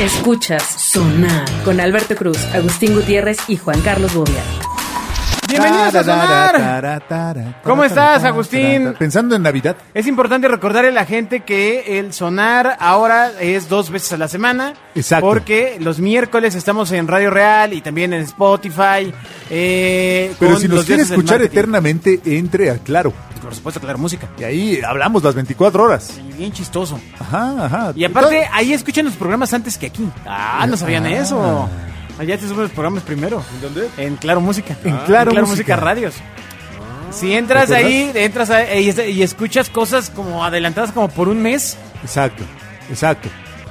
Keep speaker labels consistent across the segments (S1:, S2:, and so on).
S1: Escuchas Sonar con Alberto Cruz, Agustín Gutiérrez y Juan Carlos Bobia.
S2: Bienvenidos a Sonar.
S3: Sonar.
S2: ¿Cómo estás, Agustín?
S3: Pensando en Navidad.
S2: Es importante recordarle a la gente que el Sonar ahora es dos veces a la semana.
S3: Exacto.
S2: Porque los miércoles estamos en Radio Real y también en Spotify. eh,
S3: Pero
S2: con
S3: si nos
S2: los
S3: quiere
S2: dioses del
S3: escuchar
S2: marketing.
S3: eternamente, entre a Claro.
S2: Por supuesto, claro, música.
S3: Y ahí hablamos las 24 horas.
S2: Y Bien chistoso.
S3: Ajá, ajá.
S2: Y aparte, ahí escuchan los programas antes que aquí. Ah, no sabían
S3: Ah.
S2: eso. Allá te suben los programas primero. ¿En
S4: dónde?
S2: En Claro Música.
S3: En Claro
S2: Música
S3: Música.
S2: Radios. Si entras
S3: ¿Recuerdas?
S2: ahí, entras ahí y- y escuchas cosas como adelantadas como por un mes.
S3: Exacto, exacto.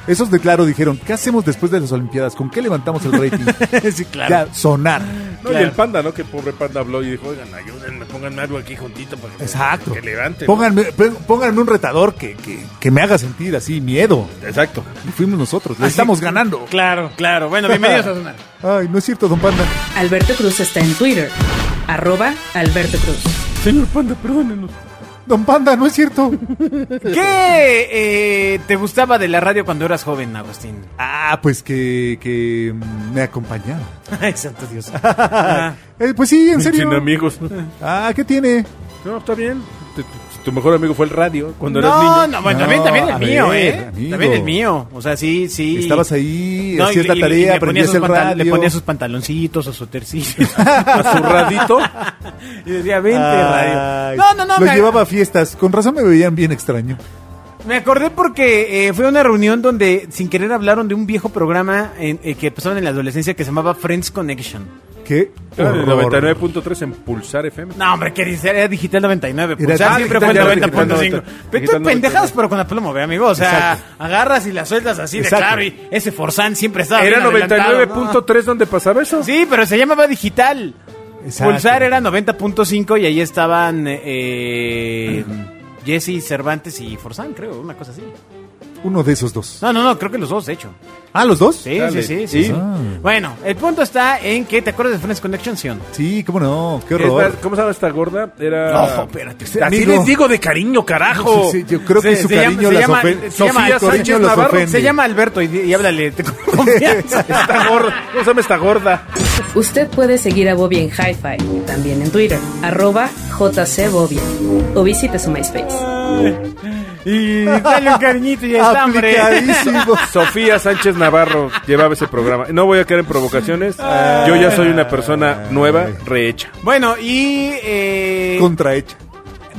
S3: Esos de Claro dijeron, ¿qué hacemos después de las Olimpiadas? ¿Con qué levantamos el rating?
S2: sí, claro.
S3: Ya, sonar.
S4: No, y
S2: Claro.
S4: el panda, ¿no? Que pobre panda habló y dijo, oigan, ayúdenme, pónganme algo aquí juntito para que,
S3: Exacto.
S4: que levante. ¿no?
S3: Pónganme, pon- pónganme un retador que, que- que me haga sentir así miedo.
S4: Exacto.
S3: Y fuimos nosotros, le estamos ganando.
S2: Pues Claro, claro. Bueno, bienvenidos a Sonar.
S3: Ay, no es cierto, don Panda.
S1: Alberto Cruz está en Twitter, arroba Alberto Cruz.
S4: Señor panda, perdónenos.
S3: Don Panda, no es cierto.
S2: ¿Qué eh, te gustaba de la radio cuando eras joven, Agustín?
S3: Ah, pues que, que mm, me acompañaba.
S2: Ay, santo Dios. Ah,
S3: Eh, pues sí, en serio.
S4: Sin amigos.
S3: Ah, ¿qué tiene?
S4: No, está bien. Te- te- Tu mejor amigo fue el radio cuando eras
S2: no,
S4: niño.
S2: no, bueno,
S3: No,
S2: también, también el
S3: a
S2: mío,
S3: ver,
S2: ¿eh?
S3: amigo.
S2: También el mío. O sea, sí, sí.
S3: Estabas ahí,
S2: No, y-
S3: hacías
S2: y-
S3: la
S2: y
S3: tarea,
S2: le ponía
S3: aprendías
S2: sus
S3: el
S2: pantal-
S3: radio.
S2: Le ponía sus pantaloncitos o su tercillo.
S4: A su radito.
S2: y decía, vente,
S3: Ay,
S2: radio. No, no, no.
S3: Los
S2: Me,
S3: llevaba a fiestas. Con razón me veían bien extraño.
S2: me acordé porque eh, fue una reunión donde sin querer hablaron de un viejo programa en- eh, que pasaron en la adolescencia que se llamaba Friends Connection.
S3: Qué
S2: Ah,
S4: Claro, el
S3: horror.
S4: 99.3 en Pulsar FM.
S2: No, hombre, que dice, era Digital 99.
S3: Era
S2: o sea, pues,
S3: Digital
S2: siempre fue el
S4: 99,
S2: 90.5. Pero tú
S4: Digital
S2: pendejadas, pero con la pluma, ve, amigo. O sea,
S3: Exacto.
S2: agarras y las sueltas así
S3: Exacto.
S2: de claro. Y ese Forzán siempre estaba.
S4: Era
S2: bien adelantado,
S4: 99.3 donde pasaba eso.
S2: ¿no? Sí, pero se llamaba Digital.
S3: Exacto.
S2: Pulsar era 90.5 y ahí estaban eh, Jesse Cervantes y Forzán, creo, una cosa así.
S3: Uno de esos dos.
S2: No, no, no, creo que los dos, de hecho.
S3: Ah, ¿los dos?
S2: Sí,
S4: Dale.
S2: sí, sí, sí, sí.
S3: Ah.
S2: Bueno, el punto está en que, ¿te acuerdas de Friends Connection, Sion?
S3: Sí, cómo no. Qué
S4: Es
S3: horror.
S4: más, ¿Cómo se llama esta gorda? Era.
S2: No, espérate, usted-
S4: Así
S3: amigo.
S4: les digo de cariño, carajo.
S3: Sí, sí, yo creo que
S2: Se-
S3: su
S2: se
S3: cariño
S2: llama- se
S3: las
S2: llama-
S3: ofende.
S2: se llama
S3: Sofía, su
S2: Sánchez
S3: cariño las
S4: Navarro,
S3: ofende.
S2: Se llama Alberto y, y háblale te- con confianza.
S4: Esta gorda. ¿Cómo se llama esta gorda?
S1: Usted puede seguir a Bobia en Hi-Fi, también en Twitter, arroba JC Bobia, o visite su MySpace.
S2: y dale un cariñito y ya está, hombre.
S3: Aplicadísimo.
S4: Sofía Sánchez Navarro llevaba ese programa. No voy a caer en provocaciones.
S2: Ah.
S4: Yo ya soy una persona nueva, rehecha.
S2: Bueno, y... eh,
S3: Contrahecha.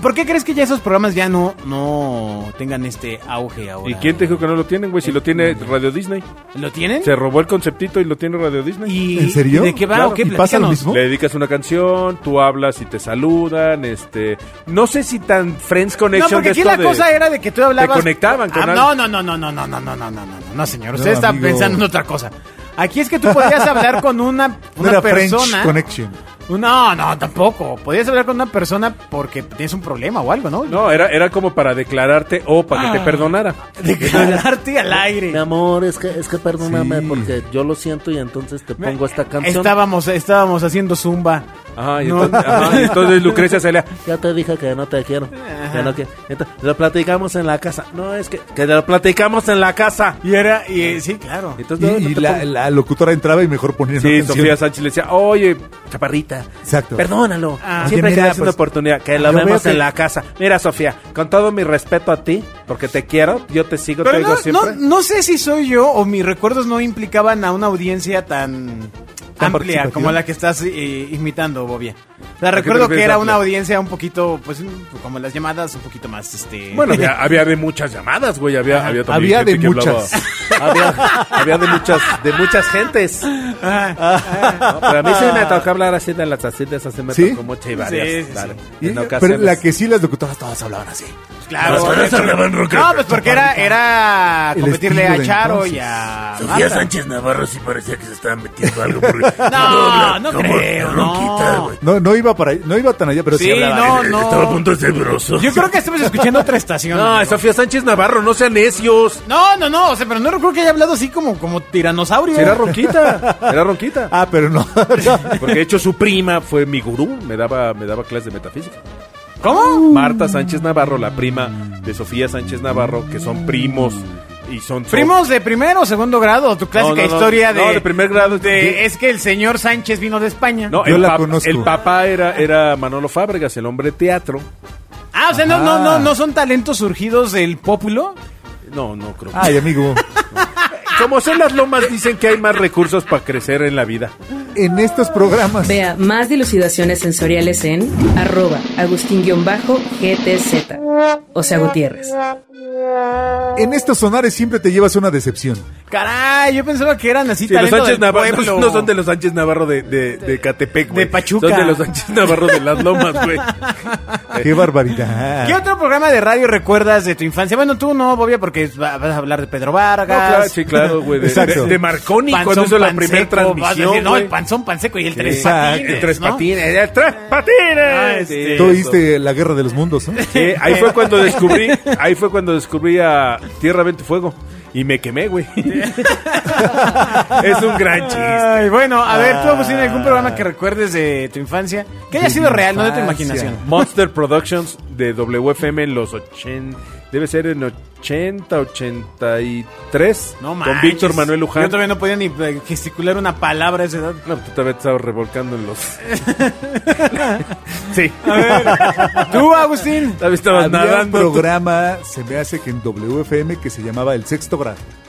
S2: ¿Por qué crees que ya esos programas ya no, no tengan este auge ahora?
S4: ¿Y quién te dijo que no lo tienen, güey? Si lo tiene Radio Disney.
S2: ¿Lo tienen?
S4: Se robó el conceptito y lo tiene Radio Disney.
S2: ¿Y,
S3: ¿En serio?
S2: ¿De qué va
S4: Claro.
S2: o qué?
S3: ¿Y pasa lo
S2: Platícanos.
S3: mismo?
S4: Le dedicas una canción, tú hablas y te saludan, este... No sé si tan Friends
S2: No,
S4: Connection
S2: porque
S4: de
S2: aquí
S4: esto
S2: la
S4: de-
S2: cosa era de que tú hablabas.
S4: te conectaban con
S2: Ah,
S4: algo.
S2: No, no, no, no, no, no, no, no, no, no, no, no, señor. Usted
S3: No,
S2: está
S3: amigo.
S2: pensando en otra cosa. Aquí es que tú podías hablar con una,
S3: No
S2: una
S3: era
S2: persona.
S3: French Connection.
S2: No, no, tampoco. Podías hablar con una persona porque tienes un problema o algo, ¿no?
S4: No, era, era como para declararte o para
S2: Ah.
S4: que te perdonara.
S2: Declararte al aire.
S5: Mi amor, es que, es que perdóname
S3: Sí.
S5: porque yo lo siento y entonces te pongo esta canción.
S2: Estábamos, estábamos haciendo zumba.
S4: Ajá, y
S2: No.
S4: entonces, ajá, y entonces Lucrecia salía...
S5: Ya te dije que no te quiero. Que no que- entonces, lo platicamos en la casa. No, es que, que lo platicamos en la casa.
S2: Y era, y eh, sí, claro.
S3: Y,
S4: Entonces, no, no
S3: y
S4: te
S3: la,
S4: pongo-
S3: la locutora entraba y mejor ponía una
S4: Sí,
S3: canción.
S4: Sofía Sánchez le decía, oye,
S5: Chaparrita.
S3: Exacto.
S5: Perdónalo.
S2: Ah.
S5: Siempre
S3: Oye,
S5: que
S3: mira,
S5: das una
S3: pues,
S5: oportunidad. Que lo
S3: yo
S5: vemos
S3: veo que-
S5: en la casa. Mira, Sofía, con todo mi respeto a ti, porque te quiero, yo te sigo, te
S2: Pero
S5: oigo
S2: no,
S5: siempre.
S2: no, no sé si soy yo o mis recuerdos no implicaban a una audiencia tan,
S3: Tan
S2: amplia
S3: participativa.
S2: como la que estás eh, imitando, Bobia. O sea,
S4: qué te
S2: recuerdo que
S4: refieres,
S2: era
S4: amplia?
S2: una audiencia un poquito, pues, un- como las llamadas, un poquito más, este...
S4: Bueno, había, había de muchas llamadas, güey. Había, había,
S3: Había
S4: también gente
S3: de
S4: que hablaba-
S3: muchas.
S5: había, había de muchas, de muchas gentes.
S3: Ah,
S5: Ah, No, pero a mí sí me tocó hablar así de las así de esas sí me
S3: ¿Sí?
S5: tocó mucho y
S2: Sí,
S5: varias.
S2: sí,
S5: claro,
S3: Y-
S5: en
S3: pero
S5: ocasiones.
S3: la que sí, las locutoras todas hablaban así.
S2: claro. No, pues porque era, era
S3: El
S2: competirle
S3: estilo
S2: a
S3: de
S2: Charo y
S3: entonces.
S2: a...
S6: Sofía
S2: Marta.
S6: Sánchez Navarro sí parecía que se estaba metiendo algo porque
S2: No, no
S6: como
S2: creo,
S6: ronquita,
S2: no.
S6: güey.
S3: No, no iba para ahí- no iba tan allá, pero sí,
S2: Sí,
S3: hablaba.
S2: no,
S6: Estaba a
S2: no.
S6: punto de ser broso.
S2: Yo creo que estamos escuchando otra estación.
S4: No,
S2: amigo.
S4: es Sofía Sánchez Navarro, no sean necios.
S2: No, no, no, o sea, pero no recuerdo que haya hablado así como, como tiranosaurio.
S4: Sí, Era ronquita, era ronquita.
S3: Ah, pero no.
S4: Porque de hecho su prima fue mi gurú, me daba, me daba clases de metafísica.
S2: ¿Cómo?
S4: Marta Sánchez Navarro, la prima de Sofía Sánchez Navarro, que son primos y son so-
S2: Primos de primero o segundo grado, tu clásica
S4: No, no, no.
S2: historia de,
S4: No, de primer grado.
S2: de- Eh, es que el señor Sánchez vino de España.
S4: No,
S3: Yo
S4: el,
S3: la
S4: pap-
S3: conozco.
S4: el papá era, era Manolo Fábregas, el hombre teatro.
S2: Ah, o sea, no, no,
S3: Ajá.
S2: no, no son talentos surgidos del pópulo.
S4: No, no creo.
S3: Ay, amigo.
S4: Como son las lomas, dicen que hay más recursos para crecer en la vida.
S3: En estos programas.
S1: Vea más dilucidaciones sensoriales en arroba agustín-gtz. O sea, Gutiérrez.
S3: En estos sonares siempre te llevas una decepción.
S2: Caray, yo pensaba que eran así
S4: Sí, los
S2: talentos del
S4: Sánchez Navarro
S2: pueblo.
S4: no, no son de los Sánchez Navarro de, de, de Catepec, güey.
S2: De Pachuca.
S4: Son de los Sánchez Navarro de las lomas, güey.
S3: Qué barbaridad.
S2: ¿Qué otro programa de radio recuerdas de tu infancia? Bueno, tú no, Bobia, porque va- vas a hablar de Pedro Vargas.
S4: No, claro, sí, claro, güey. De,
S3: Exacto.
S4: de- de Marconi
S2: Panzón
S4: cuando hizo la
S2: Panseco, vas
S4: primera
S2: a decir,
S4: transmisión.
S2: no,
S4: güey. ah,
S2: el panzón panseco y el tres
S3: Exacto.
S2: patines.
S4: El tres
S2: ¿no?
S4: patines, el tres patines.
S2: Ah, este-
S3: Tú oíste la guerra de los mundos, ¿no?
S4: Sí, ahí fue cuando descubrí, ahí fue cuando descubrí a Tierra, Vente y Fuego. Y me quemé, güey. es un gran chiste. Ah.
S2: Ay, bueno, a ver, tú, Agustín, algún programa que recuerdes de tu infancia que haya
S3: De
S2: sido
S3: mi
S2: real, no de tu
S3: infancia.
S2: imaginación.
S4: Monster Productions de WFM en los 80. Debe ser en 80, 83.
S2: No
S4: Con
S2: manches.
S4: Víctor Manuel Luján.
S2: Yo todavía no podía ni eh, gesticular una palabra a esa edad.
S4: No, tú todavía te estabas revolcando en los. sí.
S2: Tú, Agustín.
S4: Todavía estabas
S3: Había un
S4: nadando.
S3: programa, se me hace que en WFM, que se llamaba El Sexto Grado.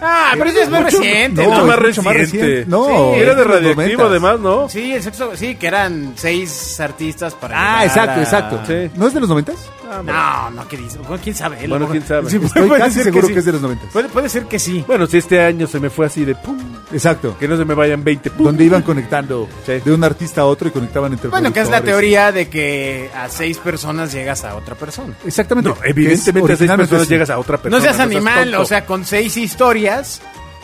S2: Ah, pero eso es muy
S3: Mucho-
S2: reciente.
S4: Mucho
S3: No,
S2: ¿no?
S4: más
S3: mucho más
S4: reciente.
S3: reciente. No,
S4: Sí,
S3: es
S4: era de
S3: de los
S4: radioactivo,
S3: noventas.
S4: además, ¿no?
S2: Sí, el sexo, sí, que eran seis artistas para.
S3: Ah,
S2: llegar
S3: exacto,
S2: a-
S3: exacto.
S4: Sí.
S3: ¿No es de los noventas?
S2: No, no, ¿qué dices? Bueno, ¿Quién sabe?
S4: Bueno, quién sabe.
S2: Sí,
S3: Estoy
S2: puede
S3: casi
S2: ser
S3: seguro
S2: sí.
S3: que es de los noventas.
S2: Puede, puede ser que sí.
S4: Bueno, si este año se me fue así de pum.
S3: Exacto.
S4: Que no se me vayan 20 pum.
S3: Donde iban conectando
S4: Sí.
S3: de un artista a otro y conectaban entre
S2: Bueno, que es la
S3: productores.
S2: teoría de que a seis personas llegas a otra persona.
S3: Exactamente.
S4: No, evidentemente a seis personas llegas a otra persona.
S2: no seas animal,
S4: tonto.
S2: o sea, con seis historias.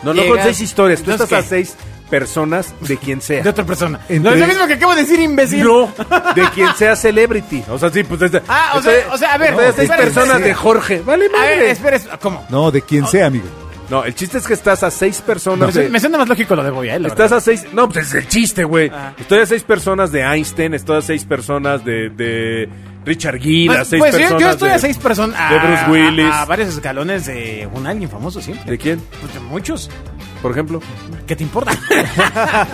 S4: No, no con
S2: llegas-
S4: seis historias. Tú
S2: Entonces,
S4: estás a
S2: ¿qué?
S4: seis personas de quien sea.
S2: De otra persona.
S3: Entre-
S2: No, es lo mismo que acabo de decir, imbécil.
S4: No, de quien sea celebrity. O sea, sí, pues. este-
S2: Ah, o
S4: este-
S2: sea, o sea, a ver,
S3: no,
S2: espera,
S4: seis
S2: espera,
S4: personas
S2: espera.
S4: de Jorge. Vale,
S2: A ver,
S4: madre.
S2: espera, espera, ¿cómo?
S3: No, de quien sea, amigo.
S4: no, el chiste es que estás a seis personas.
S2: me, su-
S4: de-
S2: me suena más lógico lo de Boya, ¿eh? la
S4: Estás
S2: verdad.
S4: a seis. No, pues es el chiste, güey.
S2: Ah.
S4: Estoy a seis personas de Einstein, estoy a seis personas de, de Richard Gere, a
S2: Pues,
S4: seis
S2: pues yo- yo,
S4: personas.
S2: estoy
S4: de-
S2: a seis personas.
S4: de
S2: a-
S4: Bruce Willis.
S2: A, a varios escalones de un alguien famoso siempre.
S4: ¿De quién?
S2: Pues de muchos.
S4: Por ejemplo.
S2: ¿Qué te importa?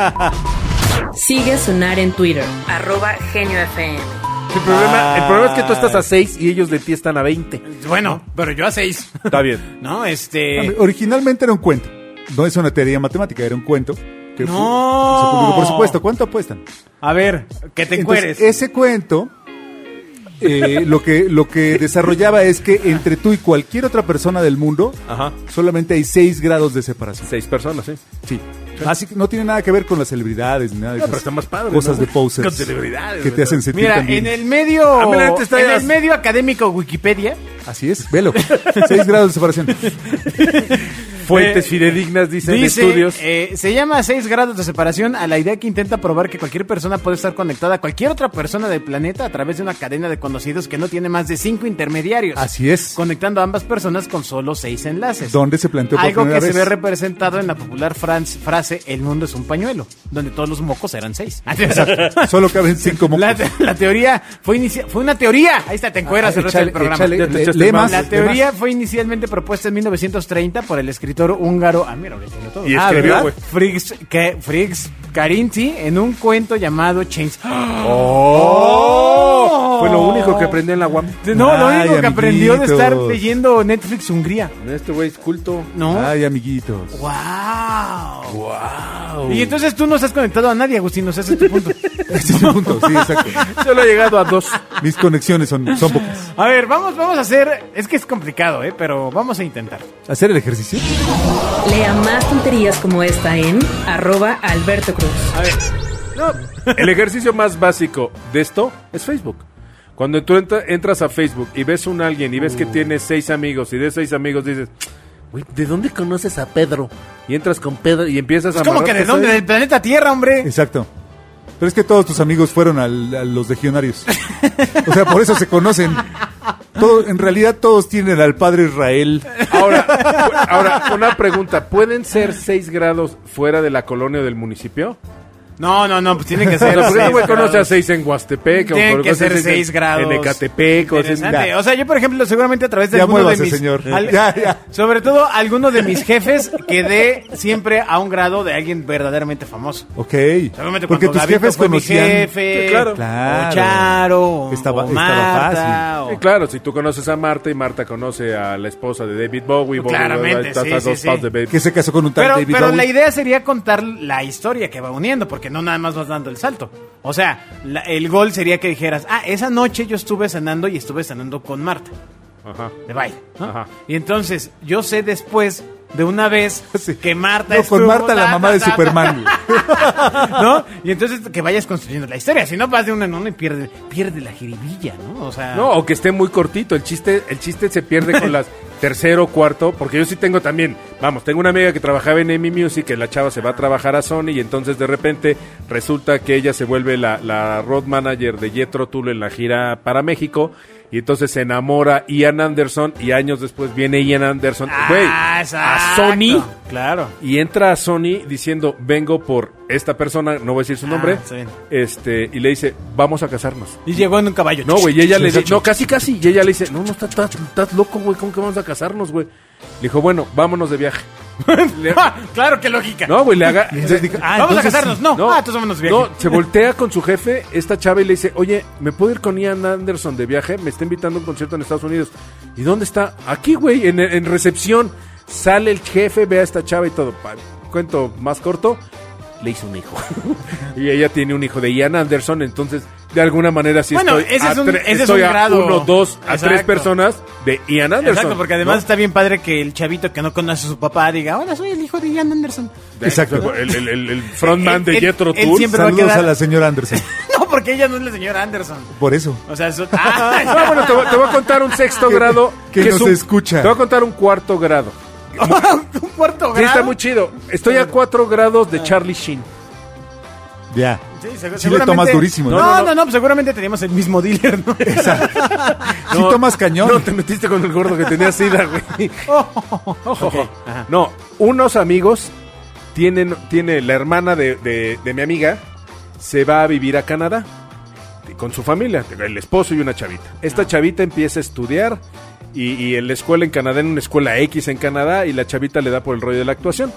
S1: Sigue a Sonar en Twitter. Arroba Genio FM.
S4: El problema, el problema es que tú estás
S2: Ah.
S4: a seis y ellos de ti están a 20.
S2: bueno, pero yo a seis.
S4: Está bien.
S2: No,
S3: Hombre,
S4: Eh,
S2: este.
S3: Originalmente era un cuento. No es una teoría matemática, era un cuento. que
S2: No.
S3: fu- se publicó. Por supuesto, ¿cuánto apuestan?
S2: A ver, que te
S3: Entonces,
S2: encueres.
S3: ese cuento, eh, lo, que, lo que desarrollaba es que entre tú y cualquier otra persona del mundo,
S4: Ajá.
S3: solamente hay seis grados de separación.
S4: Seis personas, ¿eh? sí.
S3: Sí. Así que no tiene nada que ver con las celebridades ni nada de
S4: No,
S3: esas
S4: pero está más padre,
S3: cosas
S4: ¿no?
S3: de posers.
S4: Con celebridades,
S3: Que te
S4: ¿verdad?
S3: hacen sentir
S2: Mira,
S3: también.
S2: en el medio.
S4: Ah, mira, te estás-
S2: En el medio académico Wikipedia.
S3: Así es, velo. Seis grados de separación.
S4: Fuentes
S2: Eh,
S4: fidedignas dicen de
S2: Dice,
S4: estudios.
S2: eh, se llama a 6 grados de separación a la idea que intenta probar que cualquier persona puede estar conectada a cualquier otra persona del planeta a través de una cadena de conocidos que no tiene más de 5 intermediarios.
S3: Así es.
S2: Conectando a ambas personas con solo 6 enlaces.
S3: Donde se planteó por
S2: Algo que
S3: primera
S2: se
S3: vez.
S2: ve representado en la popular frans- frase El mundo es un pañuelo, donde todos los mocos eran 6.
S3: Solo caben cinco mocos.
S2: La, te- la teoría fue inicia- fue una teoría. Ahí está, te encueras
S3: Ah,
S2: el resto del
S3: échale,
S2: programa.
S3: échale,
S2: Ya te
S3: le-
S2: echaste
S3: lee
S2: el
S3: más,
S2: programa.
S3: lee
S2: la teoría fue inicialmente propuesta en 1930 por el escritor húngaro. Ah, mira, ahora entiendo todo.
S4: Y
S2: Ah,
S4: escribió,
S2: ¿verdad?
S4: güey.
S2: Frigs, que, Frigs Carinti en un cuento llamado Chains.
S4: ¡Oh! Fue lo único que aprendí en la UAM.
S2: No, lo
S3: Ay,
S2: único que aprendió de estar
S3: amiguitos.
S2: leyendo Netflix Hungría.
S4: Este güey es culto.
S2: ¿No?
S3: Ay, amiguitos.
S2: ¡Wow! Y entonces tú no estás conectado a nadie, Agustín, no sé ese es tu punto.
S3: Ese Este es el punto, sí, exacto.
S4: Solo he llegado a dos.
S3: Mis conexiones son, son pocas.
S2: A ver, vamos, vamos a hacer. Es que es complicado, ¿eh? Pero vamos a intentar.
S3: ¿Hacer el ejercicio?
S1: Lea más tonterías como esta en arroba Alberto Cruz.
S2: A ver.
S4: El ejercicio más básico de esto es Facebook. Cuando tú entra- entras a Facebook y ves un alguien y ves
S2: Uh.
S4: que tiene seis amigos y de seis amigos dices,
S6: Güey, ¿de dónde conoces a Pedro?
S4: y entras con Pedro y empiezas a...
S2: Es como que
S4: amarrarte
S2: de dónde,
S4: a-
S2: del planeta Tierra, hombre.
S3: Exacto. Pero es que todos tus amigos fueron al- a los legionarios. O sea, por eso se conocen. Todo- en realidad todos tienen al padre Israel.
S4: Ahora, pu- ahora, una pregunta. ¿Pueden ser seis grados fuera de la colonia o del municipio?
S2: No, no, no, pues tiene que ser.
S4: Pero ¿por qué
S2: seis
S4: güey conoce a
S2: grados.
S4: seis en Huastepec? o
S2: Tienen
S4: por-
S2: que
S4: conoce
S2: ser
S4: seis en-
S2: 6 grados.
S4: En Ecatepec. o sea,
S2: Interesante.
S4: mira.
S2: O sea, yo, por ejemplo, seguramente a través de
S3: Ya
S2: alguno de
S3: muévase,
S2: mis...
S3: señor. Ya, ya.
S2: Sobre todo, alguno de mis jefes quedé siempre a un grado de alguien verdaderamente famoso.
S3: Ok.
S2: Seguramente
S3: Porque
S2: cuando
S3: tus
S2: Gabito
S3: jefes
S2: fue mi
S3: conocían.
S2: jefe,
S4: Sí, claro.
S2: o
S3: Claro.
S2: Charo, o,
S3: Estaba-
S2: o
S3: estaba
S2: Marta,
S3: fácil.
S2: o-
S4: Sí, claro, si tú conoces a Marta y Marta conoce a la esposa de David Bowie, Bowie
S2: Claramente,
S4: estás
S2: sí,
S4: a
S2: sí,
S4: dos
S2: sí.
S4: pasos de David.
S3: Que se casó con un tal
S2: Pero,
S3: David
S2: pero
S3: Bowie.
S2: la idea sería contar la historia que va uniendo, porque no nada más vas dando el salto. O sea, la- el gol sería que dijeras, ah, esa noche yo estuve cenando y estuve cenando con Marta,
S4: Ajá.
S2: de baile. ¿no?
S4: Ajá.
S2: Y entonces yo sé después de una vez
S3: Sí.
S2: que Marta
S3: No,
S2: estuvo,
S3: con Marta, la
S2: ta,
S3: mamá
S2: ta,
S3: de
S2: ta, ta,
S3: Superman. güey.
S2: ¿No? Y entonces que vayas construyendo la historia, si no vas de uno en uno y pierde, pierde la jiribilla, ¿no? O sea...
S4: No, o que esté muy cortito. El chiste, el chiste se pierde con las tercero, cuarto, porque yo sí tengo también, vamos, tengo una amiga que trabajaba en Amy Music, que la chava se va a trabajar a Sony y entonces de repente resulta que ella se vuelve la, la road manager de Jethro Tull en la gira para México y entonces se enamora Ian Anderson y años después viene Ian Anderson,
S2: Ah,
S4: güey, a
S2: exacto.
S4: Sony
S2: Claro.
S4: y entra a Sony diciendo, vengo por esta persona, no voy a decir su
S2: Ah,
S4: nombre,
S2: está bien.
S4: este, y le dice, vamos a casarnos.
S2: Y llegó en un caballo.
S4: No, güey, y ella le dice,
S2: Exacto.
S4: no, casi, casi, y ella le dice, no, no, estás, estás- estás loco, güey, ¿cómo que vamos a casarnos, güey? Le dijo, bueno, vámonos de viaje. Le-
S2: Ah, claro, qué lógica.
S4: no, güey, le haga...
S3: entonces dijo,
S2: Ah, Vamos a casarnos, no.
S4: No,
S2: Ah, entonces vámonos de
S4: no,
S2: viaje.
S4: se voltea con su jefe, esta chava, y le dice, oye, ¿me puedo ir con Ian Anderson de viaje? Me está invitando a un concierto en Estados Unidos. ¿Y dónde está? Aquí, güey, en, en recepción. Sale el jefe, ve a esta chava y todo. Pa- Cuento más corto, le hizo un hijo. y ella tiene un hijo de Ian Anderson, entonces, de alguna manera sí
S2: Bueno,
S4: estoy
S2: ese es un-
S4: tre-
S2: ese es
S4: estoy
S2: un grado.
S4: a uno, dos, a
S2: Exacto.
S4: tres personas de Ian Anderson.
S2: Exacto, porque además
S4: ¿no?
S2: está bien padre que el chavito que no conoce a su papá diga, hola, soy el hijo de Ian Anderson.
S4: Exacto, el, el- el- el frontman
S2: Él-
S4: de
S2: él-
S4: Jethro
S2: él
S4: Tull.
S2: siempre va a
S3: Saludos a,
S2: quedar-
S3: la señora Anderson.
S2: No, porque ella no es la señora Anderson.
S3: Por eso.
S2: O sea, Ah, su...
S4: No, bueno, te, voy- te voy a contar un sexto
S3: Que-
S4: grado.
S3: que
S4: es
S3: nos
S4: un-
S3: escucha.
S4: Te voy a contar un cuarto grado.
S2: un cuarto grado.
S4: Sí, está muy chido. Estoy a cuatro grados de Charlie Sheen.
S3: Ya.
S2: Sí, seg-
S3: le
S2: seguramente-
S3: tomas durísimo,
S2: No,
S3: ¿no?
S2: no, no, pues seguramente teníamos el mismo dealer, ¿no?
S3: Si tomas cañón. Oh,
S4: No, te metiste con el gordo que tenía sida, güey. Ojo. No, unos amigos tienen, tiene la hermana de, de- de mi amiga, se va a vivir a Canadá con su familia, el esposo y una chavita.
S3: Ah.
S4: Esta chavita empieza a estudiar y, y en la escuela en Canadá, en una escuela X en Canadá, y la chavita le da por el rollo de la actuación.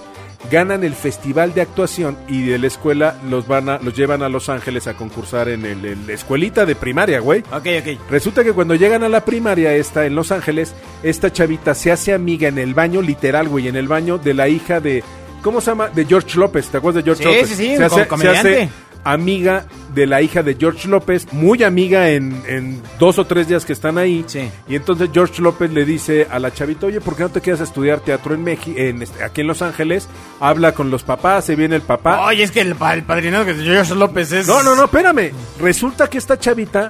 S4: Ganan el festival de actuación y de la escuela los van a, los llevan a Los Ángeles a concursar en el- el- la escuelita de primaria, güey.
S2: ok, ok.
S4: Resulta que cuando llegan a la primaria esta en Los Ángeles, esta chavita se hace amiga en el baño, literal, güey, en el baño de la hija de. ¿Cómo se llama? De George López, ¿te acuerdas de George
S2: Sí,
S4: López?
S2: sí, sí,
S4: se hace,
S2: com-
S4: se hace
S2: comediante.
S4: amiga de la hija de George López, muy amiga en, en dos o tres días que están ahí.
S2: Sí.
S4: Y entonces George López le dice a la chavita, oye, ¿por qué no te quedas a estudiar teatro en México, aquí en Los Ángeles? Habla con los papás, se viene el papá.
S2: Oye, es que el, pa- el padrinado que es George López es...
S4: No, no, no, espérame. Resulta que esta chavita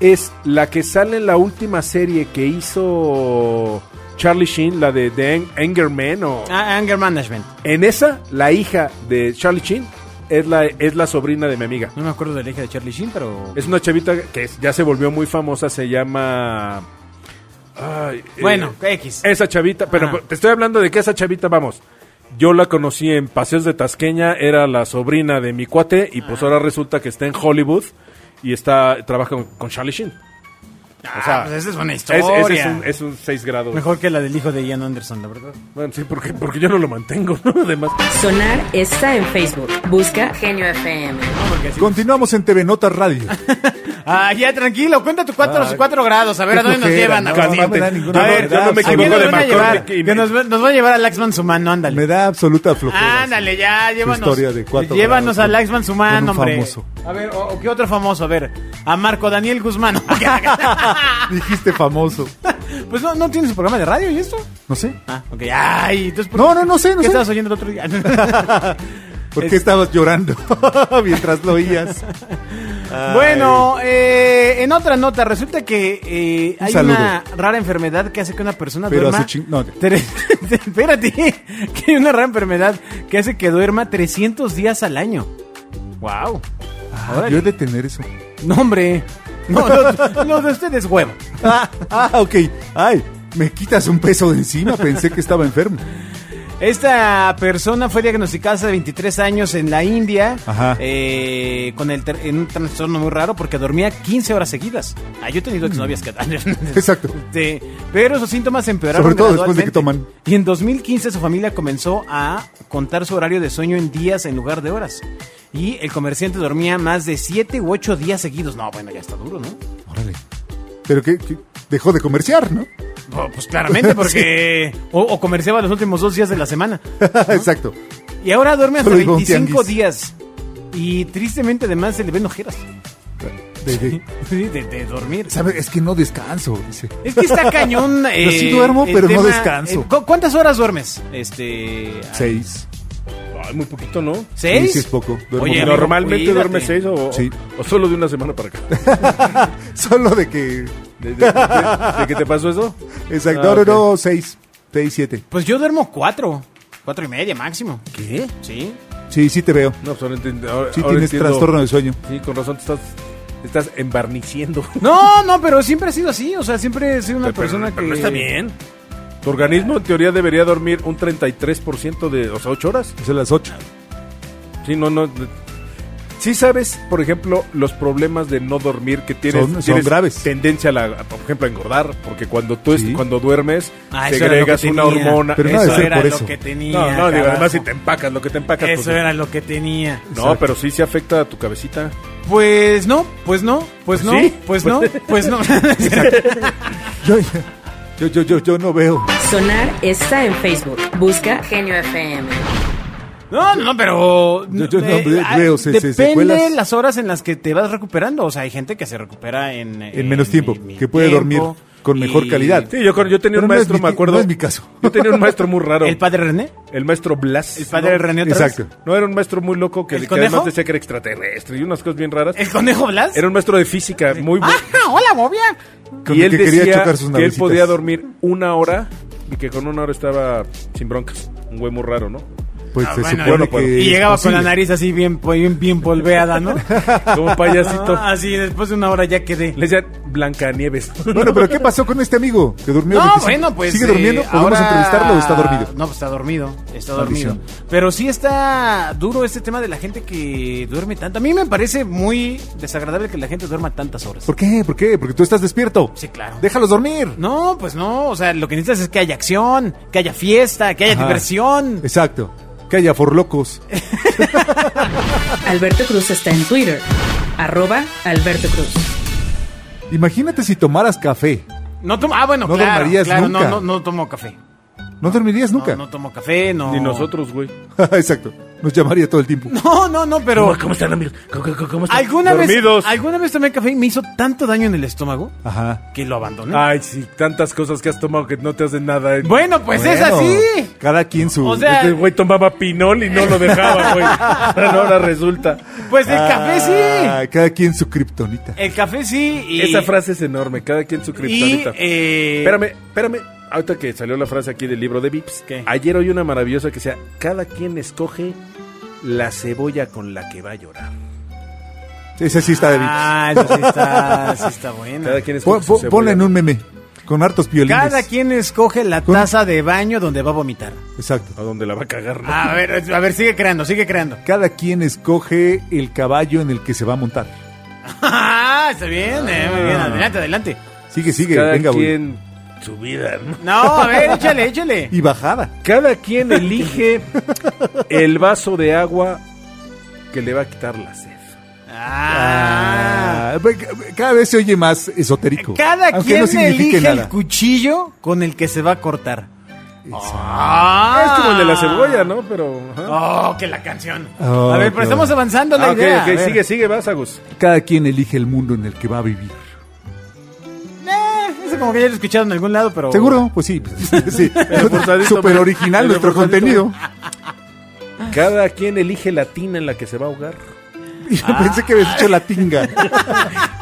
S4: es la que sale en la última serie que hizo Charlie Sheen, la de The Ang- Anger Man. O...
S2: Ah, anger Management.
S4: En esa, la hija de Charlie Sheen es la, es la sobrina de mi amiga.
S2: No me acuerdo de la hija de Charlie Sheen, pero...
S4: Es una chavita que es- ya se volvió muy famosa, se llama... ay, eh,
S2: Bueno, X.
S4: esa chavita, pero
S2: Ajá.
S4: te estoy hablando de que esa chavita, vamos, yo la conocí en Paseos de Tasqueña, era la sobrina de mi cuate y
S2: Ah.
S4: pues ahora resulta que está en Hollywood y está trabaja con, con Charlie Sheen.
S2: o
S4: sea,
S2: Pues esa Ah, es una
S4: Es,
S2: historia.
S4: ese es un, es un 6 grados.
S2: Mejor que la del hijo de Ian Anderson, la verdad.
S4: Bueno, sí, porque, porque yo no lo mantengo, ¿no? Además.
S1: Sonar está en Facebook. Busca Genio FM.
S3: Continuamos en TV Notas Radio.
S2: Ah, ya, tranquilo, cuenta tus cuatro, los cuatro grados, a ver a
S3: Ah, qué
S2: dónde nos
S3: flojera,
S2: llevan.
S3: no,
S2: Agustín.
S3: no me da ninguna
S2: a ver,
S3: novedad,
S2: yo no me
S3: ¿a quién
S2: equivoco
S3: nos
S2: de
S3: van a
S2: llevar,
S4: llevar?
S2: que nos, va- nos va a llevar al Axman Sumano,
S3: Me
S2: ándale.
S3: da absoluta flojera.
S2: Ándale, ya, llévanos.
S3: historia de cuatro
S2: llévanos
S3: grados
S2: al
S3: con-
S2: Axman Sumano,
S3: con un
S2: hombre.
S3: famoso.
S2: A ver, o, o ¿qué otro famoso? A ver, a Marco Daniel Guzmán.
S3: Dijiste famoso.
S2: pues no, no tiene su programa de radio y esto.
S3: No sé.
S2: Ah, ok, ay, entonces. ¿por
S3: No,
S2: qué-
S3: no, no sé, no
S2: ¿Qué
S3: sé.
S2: estabas oyendo el otro día?
S3: ¿Por qué estabas llorando mientras lo oías?
S2: Bueno, eh, en otra nota, resulta que eh,
S3: Un
S2: hay
S3: saludo.
S2: una rara enfermedad que hace que una persona
S3: Pero
S2: duerma...
S3: hace ching- no.
S2: Tre- Espérate, que hay una rara enfermedad que hace que duerma 300 días al año. Wow.
S3: Ah, yo he de tener eso.
S2: No, hombre. No, no, no, de ustedes huevo.
S3: Ah, ah, ok. Ay, me quitas un peso de encima. Pensé que estaba enfermo.
S2: Esta persona fue diagnosticada hace 23 años en la India
S3: Ajá.
S2: eh, con el tr- en un trastorno muy raro porque dormía 15 horas seguidas. Ah, yo he tenido exnovias que...
S3: Exacto.
S2: Sí, pero sus síntomas empeoraron
S3: Sobre todo después de que
S2: gradualmente.
S3: toman.
S2: Y en 2015 su familia comenzó a contar su horario de sueño en días en lugar de horas. Y el comerciante dormía más de 7 u 8 días seguidos. No, bueno, ya está duro, ¿no?
S3: Órale. Pero que, que dejó de comerciar, ¿no?
S2: Oh, Pues claramente, porque. O, o comerciaba los últimos dos días de la semana.
S3: Exacto.
S2: Y ahora duerme hasta
S3: Solo iba a un
S2: 25
S3: tianguis.
S2: días. Y tristemente, además, se le ven ojeras.
S3: De- de-
S2: Sí, de, de dormir.
S3: ¿sabe? Es que no descanso, dice.
S2: Es que está cañón. Eh,
S3: sí duermo,
S2: el eh,
S3: pero no descanso.
S2: ¿cu- ¿Cuántas horas duermes? Este.
S3: Ah. Seis.
S4: Ay, muy poquito, ¿no?
S2: ¿Seis?
S3: Sí, sí es poco. Duermo
S2: Oye,
S3: poco.
S2: amigo,
S4: Normalmente
S2: cuídate.
S4: duerme seis o,
S3: Sí.
S4: o solo de una semana para acá.
S3: Solo de que.
S4: ¿De, de- de- de que te pasó eso?
S3: Exacto.
S4: Ah,
S3: no,
S4: ok.
S3: no, no, seis. Seis, siete.
S2: Pues yo duermo cuatro. Cuatro y media máximo.
S4: ¿Qué?
S2: Sí.
S3: Sí, sí te veo.
S4: No, pues ahora entiendo. ahora-
S3: Sí
S4: ahora
S3: tienes
S4: entiendo.
S3: trastorno de sueño.
S4: Sí, con razón te estás, te estás embarniciendo.
S2: No, no, pero siempre he sido así. O sea, siempre he sido una
S4: Pero-
S2: persona
S4: pero
S2: que.
S4: no está bien. Tu organismo en teoría debería dormir un 33% de, o sea, 8 horas.
S3: Es a las ocho.
S4: Sí, no, no. Sí sabes, por ejemplo, los problemas de no dormir que tienes,
S3: Son- son
S4: tienes
S3: graves.
S4: tendencia a, la, a, por ejemplo, a engordar, porque cuando tú es-
S3: Sí.
S4: cuando duermes
S2: Ah, eso era lo que
S4: segregas una
S2: tenía.
S4: hormona.
S3: Pero no ha de
S4: eso
S3: ser
S4: era-
S3: por
S2: lo
S3: eso.
S2: que tenía.
S4: no, no, digo,
S2: carajo.
S4: además si te empacas, lo que te empacas.
S2: Eso
S4: pues,
S2: era lo que tenía.
S4: No, pero sí se afecta a tu cabecita.
S2: Pues no, pues no, pues
S3: ¿Ah,
S4: Pues
S2: no,
S4: sí.
S2: pues no, pues no.
S3: Yo, yo, yo, yo, yo no veo.
S1: Sonar está en Facebook. Busca Genio FM.
S2: No, no, no, pero
S3: Yo- yo no
S2: eh,
S3: veo-
S2: ah,
S3: veo se- se-
S2: depende
S3: secuelas.
S2: las horas en las que te vas recuperando. O sea, hay gente que se recupera en
S3: En menos tiempo, que puede dormir con mejor calidad.
S4: Sí, yo, con- yo tenía
S3: Pero
S4: un
S3: no es
S4: maestro,
S3: mi-
S4: me acuerdo.
S3: no es mi caso.
S4: Yo tenía un maestro muy raro.
S2: El padre René,
S4: El maestro Blas.
S2: el padre
S4: ¿no?
S2: René otra vez?
S3: Exacto.
S4: No, era un maestro muy loco que,
S2: ¿El
S4: que además
S2: conejo?
S4: decía que era extraterrestre y unas cosas bien raras.
S2: El conejo Blas.
S4: Era un maestro de física muy bueno.
S2: Ah, hola, Bobia.
S3: Con
S4: y
S3: el
S4: él
S3: que quería
S4: decía
S3: chocar sus
S4: que él
S3: navecitas.
S4: podía dormir una hora y que con una hora estaba sin broncas. Un güey muy raro, ¿no?
S3: Pues
S2: Ah,
S3: se
S2: bueno,
S3: supone
S4: bueno,
S3: que.
S4: pero-
S2: Y
S3: pues es
S2: llegaba con
S3: posible.
S2: la nariz así bien, bien, bien polveada, ¿no?
S4: Como payasito.
S2: Ah, así después de una hora ya quedé.
S4: Le decía Blancanieves.
S3: Bueno, pero ¿qué pasó con este amigo que durmió?
S2: No,
S3: 25?
S2: bueno, pues.
S3: ¿Sigue
S2: eh,
S3: durmiendo? ¿Podemos
S2: ahora-
S3: entrevistarlo o está dormido?
S2: No, pues está dormido. Está dormido.
S3: Maldición.
S2: Pero sí está duro este tema de la gente que duerme tanto. A mí me parece muy desagradable que la gente duerma tantas horas.
S3: ¿Por qué? ¿Por qué? Porque tú estás despierto.
S2: Sí, claro.
S3: Déjalos dormir.
S2: No, pues no. O sea, lo que necesitas es que haya acción, que haya fiesta, que haya
S3: Ajá.
S2: diversión.
S3: Exacto. Que haya forlocos.
S1: Alberto Cruz está en Twitter. Arroba Alberto Cruz.
S3: Imagínate si tomaras café.
S2: No tomo. Ah, bueno,
S3: No
S2: claro.
S3: dormirías
S2: claro,
S3: nunca.
S2: No, no, no tomo café.
S3: No dormirías nunca.
S2: No, no tomo café, no.
S4: Ni nosotros, güey.
S3: Exacto. Nos llamaría todo el tiempo.
S2: No, no, no, pero.
S6: ¿Cómo están, amigos? ¿Cómo, cómo, cómo están?
S2: ¿Alguna vez,
S4: Dormidos.
S2: alguna vez tomé café y me hizo tanto daño en el estómago
S3: Ajá.
S2: que lo abandoné.
S4: Ay, sí, tantas cosas que has tomado que no te hacen nada. eh.
S2: Bueno, pues es
S3: Bueno,
S2: así.
S3: Cada quien su.
S2: O sea,
S4: Este güey tomaba pinol y no lo dejaba, güey. Pero ahora resulta.
S2: Pues el café sí.
S3: Ah, Cada quien su kriptonita.
S2: El café sí. Y,
S4: Esa frase es enorme, cada quien su
S2: Y,
S4: criptonita.
S2: eh,
S4: Espérame, espérame. Ahorita que salió la frase aquí del libro de Vips.
S2: ¿Qué?
S4: Ayer oí una maravillosa que sea, cada quien escoge la cebolla con la que va a llorar.
S3: Ese sí está de Vips.
S2: Ah, eso sí está, sí está buena.
S4: Cada quien escoge
S3: Pon-
S4: su
S3: pon-
S4: cebolla.
S3: Ponla en un meme. Con hartos violines.
S2: Cada quien escoge la
S3: Con-
S2: taza de baño donde va a vomitar.
S3: Exacto.
S4: A donde la va a cagar, ¿no?
S2: A ver, a ver, sigue creando, sigue creando.
S3: Cada quien escoge el caballo en el que se va a montar.
S2: Ah, está bien, eh, muy
S4: Ah.
S2: bien. Adelante, adelante.
S3: Sigue, sigue.
S4: cada
S3: venga, güey.
S4: quien su vida, ¿no?
S2: No, a ver, échale, échale.
S3: Y bajada.
S4: Cada quien elige el vaso de agua que le va a quitar la sed.
S2: Ah.
S3: Ah, ve- cada vez se oye más esotérico.
S2: Cada
S3: Aunque
S2: quien
S3: no signifique
S2: elige
S3: nada.
S2: el cuchillo con el que se va a cortar.
S4: Ah,
S2: Ah,
S4: es como el de la cebolla, ¿no? Pero. ajá.
S2: Oh, que la canción.
S3: Oh,
S2: a ver, pero
S3: qué
S2: estamos
S3: bueno.
S2: avanzando la
S4: Ah, ok,
S2: idea.
S4: ok,
S2: A ver.
S4: sigue, sigue, vas, Agus.
S3: Cada quien elige el mundo en el que va a vivir.
S2: Eh, eso como que ya lo he escuchado en algún lado, pero.
S3: ¿Seguro? Pues sí. sí.
S4: forzadito,
S3: Súper
S4: pero-
S3: original
S4: pero
S3: nuestro contenido.
S4: forzadito. Cada quien elige la tina en la que se va a ahogar.
S3: Yo pensé que habías hecho la tinga.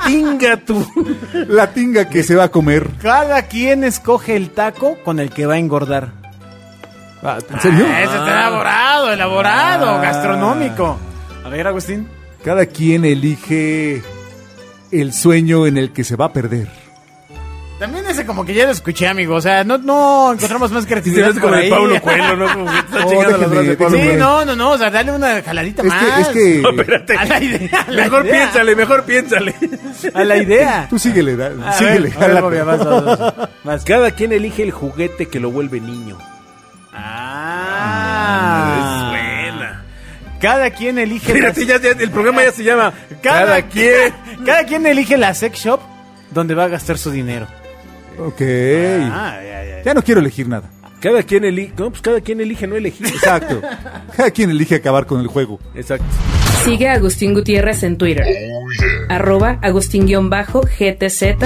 S4: ¡Tinga tú!
S3: La tinga que se va a comer.
S2: Cada quien escoge el taco con el que va a engordar.
S3: Ah, ¿En serio?
S2: Eso está elaborado, elaborado, gastronómico. Ah. A ver, Agustín.
S3: Cada quien elige el sueño en el que se va a perder.
S2: También ese como que ya lo escuché, amigo. O sea, no, no encontramos más
S4: Se me
S2: creatividad
S4: hace
S2: por
S4: como
S2: ahí.
S4: de Pablo Coelho, ¿no? Como que está chingando
S3: Oh,
S4: las
S3: déjenme,
S4: frases de Pablo
S2: Sí,
S3: déjenme.
S4: Coelho.
S2: no, no, no. O sea, dale una jaladita
S3: Es que,
S2: más.
S3: es que.
S4: Espérate.
S2: A la idea. a la
S4: Mejor
S2: idea,
S4: piénsale, mejor piénsale.
S2: A la idea.
S3: Tú síguele, da-
S2: A
S3: síguele.
S2: ver, a ver,
S3: jálate.
S2: Bobia, vas, vas, vas, vas.
S4: Cada quien elige el juguete que lo vuelve niño.
S2: Ah.
S4: Es buena.
S2: Cada quien elige. la-
S4: Fíjate, ya, ya, el programa ya se llama Cada, quien.
S2: Cada quien elige la sex shop donde va a gastar su dinero.
S3: Ok.
S2: Ah, ya, ya.
S3: Ya no quiero elegir nada.
S4: Cada quien elige. No, pues cada quien elige no elegir.
S3: Exacto. Cada quien elige acabar con el juego.
S4: Exacto.
S1: Sigue a Agustín Gutiérrez en Twitter. Arroba Agustín-GTZ.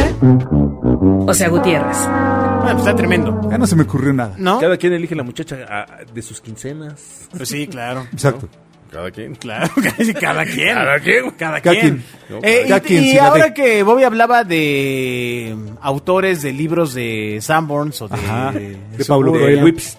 S1: O sea, Gutiérrez.
S2: Bueno, pues está tremendo.
S3: Ya no se me ocurrió nada.
S2: ¿No?
S4: Cada quien elige la muchacha ah, de sus quincenas.
S2: Pues sí, claro.
S3: Exacto.
S4: Cada quien.
S2: Claro, casi cada quien.
S4: Cada quien.
S2: Cada
S3: Cada
S2: quien.
S3: quien.
S2: Eh, y-
S3: Cada quien,
S2: y
S3: sí, la
S2: ahora
S3: de-
S2: que Bobby hablaba de mm, autores de libros de Sanborns o de,
S3: Ajá. De
S2: su-
S3: Pablo
S2: de-
S3: Coelho.
S4: Whips.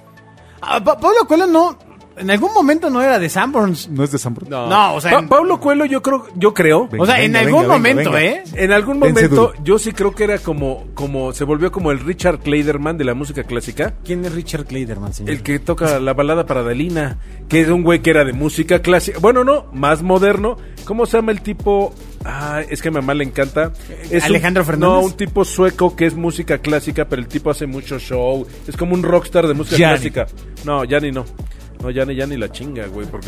S2: Ah, Pa- Pablo Coelho no. En algún momento no era de Sanborns.
S3: No es de San Bruno.
S2: No, o sea. en-
S4: Pablo Coelho, yo creo, yo creo.
S3: Venga,
S2: o sea, en
S3: venga,
S2: algún
S3: venga,
S2: momento,
S3: venga.
S2: ¿eh?
S4: En algún
S3: Dense
S4: momento,
S3: duro.
S4: yo sí creo que era como, como, se volvió como el Richard Clayderman de la música clásica.
S2: ¿Quién es Richard Clayderman, señor?
S4: El que toca la balada para Dalina, que es un güey que era de música clásica. Bueno, no, más moderno. ¿Cómo se llama el tipo? Ah, es que a mi mamá le encanta. Es un-
S2: ¿Alejandro Fernández?
S4: No, un tipo sueco que es música clásica, pero el tipo hace mucho show. Es como un rockstar de música
S2: Gianni.
S4: clásica. No, Yanni no. No, Yanni, Yanni la chinga, güey, porque...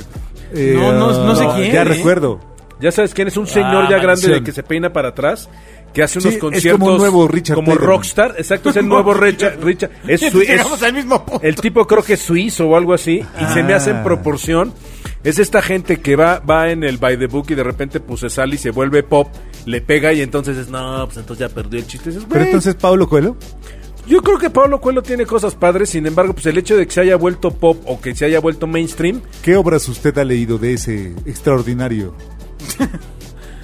S3: Eh,
S2: No, no- no sé quién,
S3: Ya
S2: ¿eh?
S3: recuerdo.
S4: Ya sabes quién es un señor ya grande
S3: Ah, maldición.
S4: de que se peina para atrás, que hace
S3: Sí,
S4: unos
S3: es como un
S4: conciertos
S3: nuevo Richard
S4: como
S3: Clayderman.
S4: rockstar, exacto, es el nuevo Richard, Richard es, su, es-
S2: Llegamos al mismo punto.
S4: el tipo creo que es suizo o algo así, y se me
S3: Ah.
S4: hace en proporción. Es esta gente que va, va en el by the book y de repente pues se sale y se vuelve pop, le pega y entonces es, no, pues entonces ya perdió el chiste. Dices,
S3: Pero
S4: "Güey,
S3: entonces, Pablo Coelho.
S4: yo creo que Pablo Coelho tiene cosas padres, sin embargo, pues el hecho de que se haya vuelto pop o que se haya vuelto mainstream,
S3: ¿Qué obras usted ha leído de ese extraordinario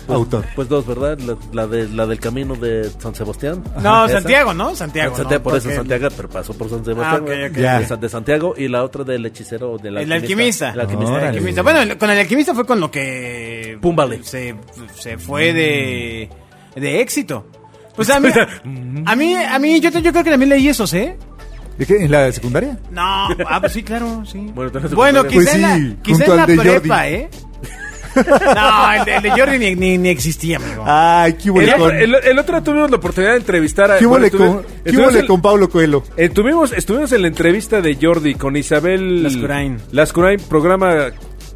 S3: autor?
S6: Pues dos, ¿verdad? La, la de, la del camino de San Sebastián.
S2: No,
S6: Esa.
S2: Santiago, ¿no? Santiago.
S6: Santiago,
S2: ¿no?
S6: por eso
S2: Porque Ah,
S6: Santiago, pero pasó por San Sebastián.
S2: ok,
S6: güey.
S2: ok,
S3: Ya.
S6: De San- De Santiago y la otra del hechicero o del
S2: El alquimista.
S6: El alquimista.
S3: Órale.
S2: el alquimista. Bueno, el- con el alquimista fue con lo que.
S6: Púmbale.
S2: Se, se fue de. de éxito. Pues a mí. A mí, a mí yo, te- yo creo que también leí esos, ¿eh?
S3: ¿De qué? ¿En la secundaria?
S2: No, ah, pues sí, claro, sí.
S4: Bueno, entonces-
S2: Bueno,
S4: Pues
S2: quizá en la,
S3: sí,
S2: quizá
S3: junto
S2: en la
S3: al de
S2: prepa,
S3: Jordi.
S2: ¿eh? No, el de, el de Jordi ni, ni, ni existía, amigo.
S3: Ay, qué
S4: El,
S3: huele con,
S4: el- el otro día tuvimos la oportunidad de entrevistar a...
S3: qué
S4: bueno,
S3: huele
S4: estuve-
S3: con, qué
S4: estuvimos
S3: huele
S4: en-
S3: con Pablo Coelho.
S4: Eh, tuvimos- estuvimos en la entrevista de Jordi con Isabel
S2: Lascurain.
S4: Lascurain, programa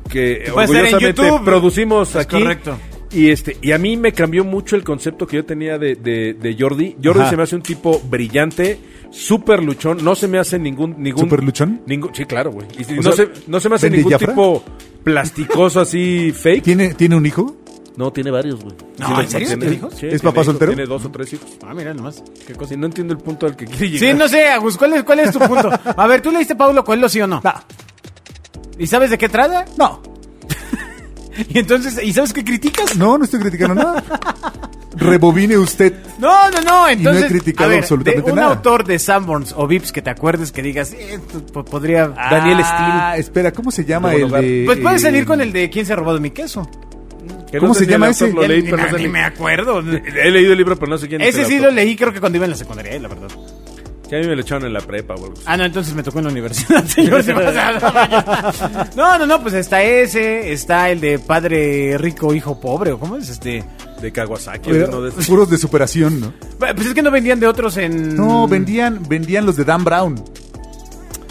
S4: que
S2: puede estar en YouTube.
S4: producimos
S2: Es
S4: aquí.
S2: correcto.
S4: Y este, y a mí me cambió mucho el concepto que yo tenía de, de- de Jordi. Jordi
S3: Ajá.
S4: se me hace un tipo brillante, súper luchón, no se me hace ningún, ningún
S3: ¿Súper luchón?
S4: ningún- sí, claro, güey. Y
S3: O
S4: no,
S3: sea,
S4: se, no se me hace
S3: ¿Bendy
S4: ningún
S3: Jafra?
S4: tipo plasticoso así fake.
S3: ¿Tiene, ¿Tiene un hijo?
S6: No, tiene varios, güey.
S2: No,
S4: Sí,
S2: ¿en
S4: los
S2: serio?
S4: mantiene.
S2: ¿Tiene hijos?
S4: Sí,
S3: ¿Es
S4: tiene
S3: papá
S4: hijos,
S3: soltero?
S4: Tiene dos o tres hijos.
S2: Ah, mira nomás. Qué cosa.
S4: Sí, no entiendo el punto al que quiere llegar.
S2: Sí, no sé, Agus, ¿cuál es, cuál es tu punto? A ver, ¿tú leíste Pablo Coelho, sí o no? ¿Y sabes de qué trata?
S3: No.
S2: ¿Y entonces, ¿y sabes qué criticas?
S3: No, no estoy criticando nada. Rebobine usted.
S2: No, no, no, entonces.
S3: criticado
S2: a ver,
S3: absolutamente
S2: de un
S3: nada.
S2: autor de Sanborns o Vips que te acuerdes que digas, eh, esto po- podría.
S4: Daniel
S3: Ah, espera, ¿cómo se llama
S4: Bueno,
S3: el de...?
S2: pues puedes salir con
S3: eh,
S2: el de ¿Quién se ha robado mi queso?
S4: Que
S3: ¿Cómo
S4: no
S3: se
S4: sé ni el
S3: llama
S4: autor,
S3: ese?
S4: lo
S2: Ya
S4: leí,
S2: ni,
S4: pero no
S2: me-
S4: sé
S2: ni
S4: ni-
S2: me acuerdo.
S4: He leído el libro, pero no sé quién es
S2: Ese
S4: el
S2: sí
S4: autor.
S2: lo leí, creo que cuando iba en la secundaria, eh, la verdad.
S4: Que a mí me lo echaron en la prepa, güey.
S2: Ah, no, entonces me tocó en la universidad, señor. se pasa. no, no, no, pues está ese, está el de padre rico, hijo pobre, o cómo es este.
S4: De Kawasaki,
S3: era-
S4: uno de esos.
S3: puros de superación, ¿no?
S2: Pues es que no vendían de otros en.
S3: No, vendían, vendían los de Dan Brown.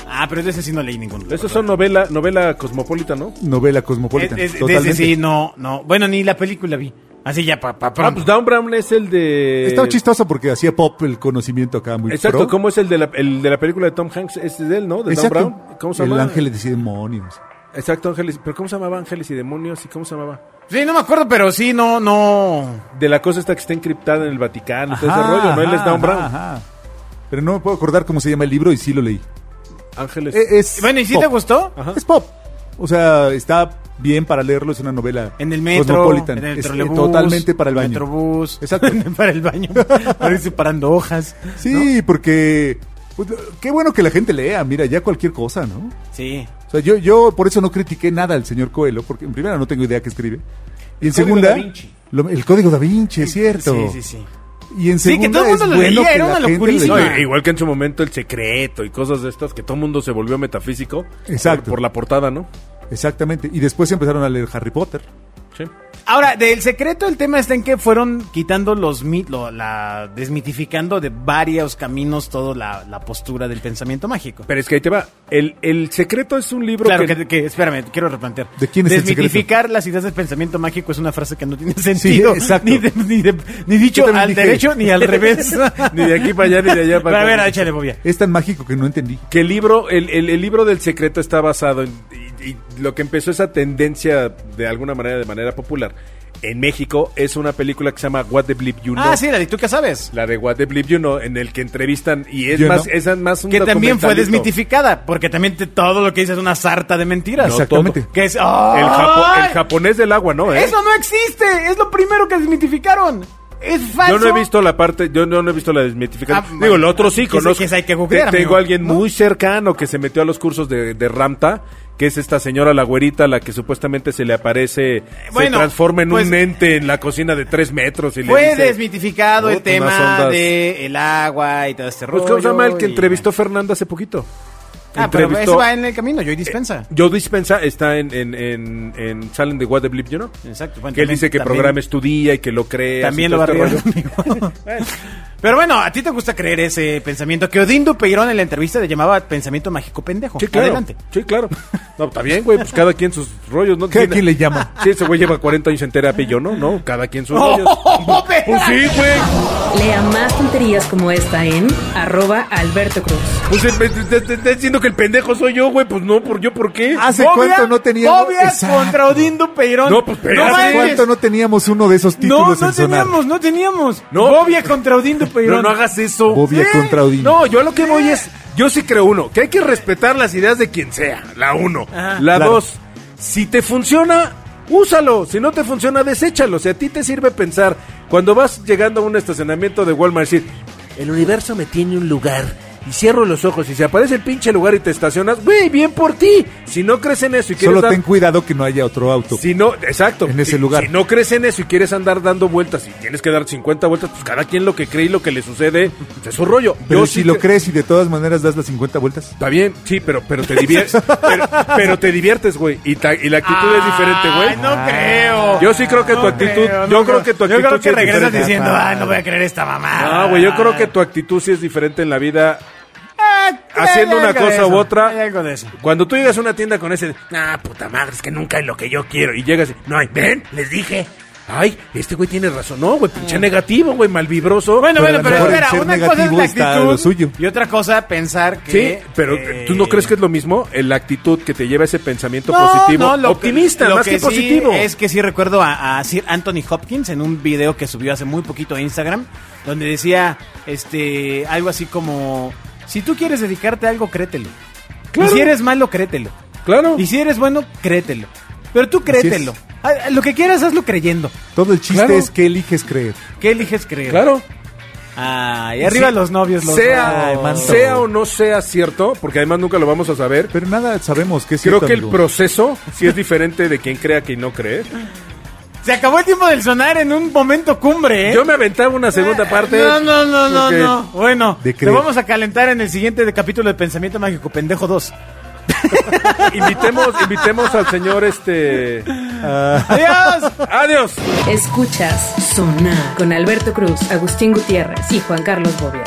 S2: Ah, pero de ese sí no leí ninguno.
S4: Esos son novela, novela cosmopolita, ¿no?
S3: Novela cosmopolita.
S2: Eh, eh, de
S3: totalmente.
S2: ese sí, no, no. Bueno, ni la película vi. Así ya, para pa,
S4: Ah,
S2: pronto.
S4: pues Down Brown es el de.
S3: Estaba chistoso porque hacía pop el conocimiento acá muy
S4: Exacto,
S3: pro.
S4: ¿cómo es el de, la, el de la película de Tom Hanks? Es de él, ¿no? De
S3: Exacto.
S4: Down Brown. ¿Cómo se
S3: el
S4: llama?
S3: ángel de demonios.
S4: Exacto, Ángeles. ¿Pero cómo se llamaba Ángeles y Demonios? ¿Y cómo se llamaba?
S2: Sí, no me acuerdo, pero sí, no, no.
S4: De la cosa esta que está encriptada en el Vaticano, todo ese
S3: Ajá,
S4: rollo, ¿no? Él es
S3: ajá,
S4: Down Brown.
S3: ajá. Pero no me puedo acordar cómo se llama el libro y sí lo leí.
S4: Ángeles.
S3: E- Es
S2: Bueno, ¿y si
S3: pop.
S2: te gustó?
S4: Ajá.
S3: Es pop. O sea, está bien para leerlo, es una novela
S2: En el metro,
S3: cosmopolitan.
S2: en el
S3: Es, eh,
S2: trolebús,
S3: totalmente para el baño.
S2: Metrobús,
S3: Exacto.
S2: para el baño, para ir separando hojas. ¿no?
S3: Sí, porque pues, qué bueno que la gente lea, mira, ya cualquier cosa, ¿no?
S2: Sí.
S3: O sea, yo, yo por eso no critiqué nada al señor Coello, porque en primera no tengo idea qué escribe. Y en
S4: Código
S3: segunda,
S4: Da Vinci.
S3: lo- el código da Vinci, es cierto.
S2: Sí, sí, sí.
S3: Y en
S2: Sí, que
S3: segunda
S2: todo el mundo
S3: es
S2: lo
S3: bueno
S2: leía,
S3: que
S2: era
S3: la
S2: una
S3: gente lo
S2: locurísima.
S3: leyera.
S4: No, igual que en su momento El Secreto y cosas de estas, que todo el mundo se volvió metafísico.
S3: Exacto.
S4: Por, por la portada, ¿no?
S3: Exactamente. Y después empezaron a leer Harry Potter.
S4: Sí.
S2: Ahora, del secreto el tema está en que fueron quitando los mitos, la desmitificando de varios caminos toda la, la postura del pensamiento mágico.
S4: Pero es que ahí te va. El, el Secreto es un libro
S2: Claro
S4: que...
S2: que, que- espérame, quiero replantear.
S3: ¿De quién es el secreto?
S2: Desmitificar las ideas del pensamiento mágico es una frase que no tiene sentido.
S3: exacto.
S2: Ni, de- ni de- ni dicho
S3: Yo también
S2: al
S3: dije-
S2: derecho ni al revés.
S4: Ni de aquí para allá, ni de allá
S2: Pero
S4: para
S2: a
S4: acá.
S2: ver, échale, bobia.
S3: Es tan mágico que no entendí.
S4: que el libro, el, el- el libro del secreto está basado en y, y lo que empezó esa tendencia de alguna manera, de manera popular, en México es una película que se llama What the Bleep You Know.
S2: Ah, sí, la de tú qué sabes.
S4: La de What the Bleep You Know, en el que entrevistan y es
S3: You
S4: más,
S3: Know.
S4: esa es más un
S2: Que también fue
S4: documentalito.
S2: desmitificada, porque también te- todo lo que dices es una sarta de mentiras.
S3: No, Exactamente.
S2: Que es...
S4: El, japo- el
S2: ¡Ay!
S4: japonés del agua, ¿no? ¿Eh?
S2: ¡Eso no existe! ¡Es lo primero que desmitificaron! ¡Es falso!
S4: Yo no he visto la parte, yo no, no he visto la desmitificación.
S2: Ah,
S4: Digo,
S2: bueno,
S4: el otro
S2: que
S4: sí,
S2: se-
S4: conozco.
S2: que se hay que googlear,
S4: Te- Tengo
S2: amigo,
S4: a alguien
S2: ¿no?
S4: muy cercano que se metió a los cursos de, de Ramta, que es esta señora la güerita, la que supuestamente se le aparece,
S2: bueno,
S4: se transforma en
S2: pues-
S4: un ente en la cocina de tres metros y le
S2: Fue
S4: dice-
S2: desmitificado el
S4: Puta, unas
S2: tema
S4: ondas.
S2: de el agua y todo este
S4: Pues,
S2: rollo.
S4: ¿Cómo se llama el que
S2: y-
S4: entrevistó a Fernanda hace poquito?
S2: Ah, pero eso va en el camino, yo dispensa.
S4: Joe Dispensa está en, en, en, en Salen de What the Bleep, you know?
S2: Exacto. bueno,
S4: Eh, Que él
S2: también-
S4: dice que
S2: también-
S4: programes tu día y que lo creas.
S2: También
S4: y
S2: lo
S4: todo este
S2: barrieron.
S4: rollo.
S2: amigo. Pero bueno, a ti te gusta creer ese pensamiento que Odindo Peirón en la entrevista le llamaba pensamiento mágico pendejo.
S4: Sí, claro.
S2: Adelante.
S4: Sí, claro. No, está bien, güey. Pues cada quien sus rollos, ¿no?
S3: Cada
S4: Tiene-
S3: quien le llama.
S4: Sí, ese güey lleva 40 años en terapia y yo no, no. Cada quien sus rollos. Pues
S2: ¡Espera!
S4: sí, güey.
S1: Lea más tonterías como esta en arroba Alberto Cruz.
S4: Pues eh, me- te- te- está diciendo que el pendejo soy yo, güey. Pues no, por yo, ¿por qué?
S3: ¿Hace
S2: Bobia-
S3: cuánto no teníamos?
S2: Bobia
S3: Exacto.
S2: contra Odindo Peirón.
S4: No, pues, espérate.
S2: manches.
S3: ¿Hace cuánto no teníamos uno de esos
S2: No,
S3: títulos
S2: no
S3: en sonar?
S2: teníamos, no teníamos.
S4: No.
S2: Bobia contra Odindo Peirón.
S4: No, no hagas eso.
S3: Bobia contra Odín.
S4: No, yo a lo que voy es. Yo sí creo, uno, que hay que respetar las ideas de quien sea. La uno. la
S3: Claro.
S4: dos, si te funciona, úsalo. Si no te funciona, deséchalo. Si a ti te sirve pensar, cuando vas llegando a un estacionamiento de Walmart, decir, el universo me tiene un lugar. Y cierro los ojos y se aparece el pinche lugar y te estacionas, güey, bien por ti. Si no crees en eso y quieres
S3: Solo
S4: dar-
S3: ten cuidado que no haya otro auto.
S4: si no, exacto.
S3: En ese
S4: Si-
S3: lugar.
S4: Si no crees en eso y quieres andar dando vueltas y tienes que dar 50 vueltas, pues cada quien lo que cree y lo que le sucede pues es su rollo.
S3: Pero si lo
S4: cre-
S3: crees y de todas maneras das las 50 vueltas.
S4: Está bien, sí, pero, pero, te, diviertes, pero, pero te diviertes, güey. Y, ta- y la actitud es diferente, güey.
S2: Ay, no creo.
S4: Yo sí creo que tu actitud.
S2: creo,
S4: yo
S2: no
S4: creo que tu actitud.
S2: Yo creo
S4: sí
S2: que
S4: es
S2: regresas
S4: diferente.
S2: diciendo, ay, no voy a creer esta mamá.
S4: No, Ah, güey, yo creo que tu actitud sí es diferente en la vida.
S2: Ah,
S4: haciendo una cosa u otra.
S2: Hay algo de eso.
S4: Cuando tú llegas a una tienda con ese, ah, puta madre, es que nunca es lo que yo quiero. Y llegas y, no, ay, ven, les dije. Ay, este güey tiene razón. No, güey, pinche negativo, güey, malvibroso.
S2: Mm. Bueno,
S3: Pero
S2: bueno,
S3: a lo
S2: pero
S3: mejor el
S2: espera,
S3: ser
S2: una cosa es
S3: negativo
S2: la
S3: está
S2: actitud
S3: lo suyo.
S2: y otra cosa pensar que...
S4: Sí, pero
S2: eh,
S4: ¿tú no crees que es lo mismo? Eh, La actitud que te lleva a ese pensamiento
S2: No,
S4: positivo.
S2: no, lo que-
S4: optimista,
S2: lo
S4: más que,
S2: sí
S4: positivo.
S2: Es que sí recuerdo a, a Sir Anthony Hopkins en un video que subió hace muy poquito a Instagram, donde decía este algo así como, si tú quieres dedicarte a algo, créetelo.
S4: Claro.
S2: Y si eres malo, créetelo.
S4: Claro.
S2: Y si eres bueno, créetelo. Pero tú créetelo. Ah, Lo que quieras, hazlo creyendo.
S3: Todo el chiste
S4: Claro.
S3: es que eliges creer.
S2: ¿Qué eliges creer?
S4: Claro.
S2: Ay, arriba
S4: Sí.
S2: los novios. Los
S4: sea,
S2: Ay, manso.
S4: sea o no sea cierto, porque además nunca lo vamos a saber.
S3: Pero nada, sabemos que es
S4: Creo
S3: cierto,
S4: que el
S3: amigo.
S4: proceso sí es diferente de quien crea que no cree.
S2: Se acabó el tiempo del sonar en un momento cumbre, ¿eh?
S4: Yo me aventaba una segunda parte.
S2: No, no, no, no,
S4: porque-
S2: no. Bueno,
S3: De
S2: te
S3: creer.
S2: vamos a calentar en el siguiente de capítulo de Pensamiento Mágico Pendejo 2.
S4: Invitemos, invitemos al señor este.
S2: ¡Adiós!
S4: ¡Adiós!
S1: Escuchas Sonar con Alberto Cruz, Agustín Gutiérrez y Juan Carlos Bobia.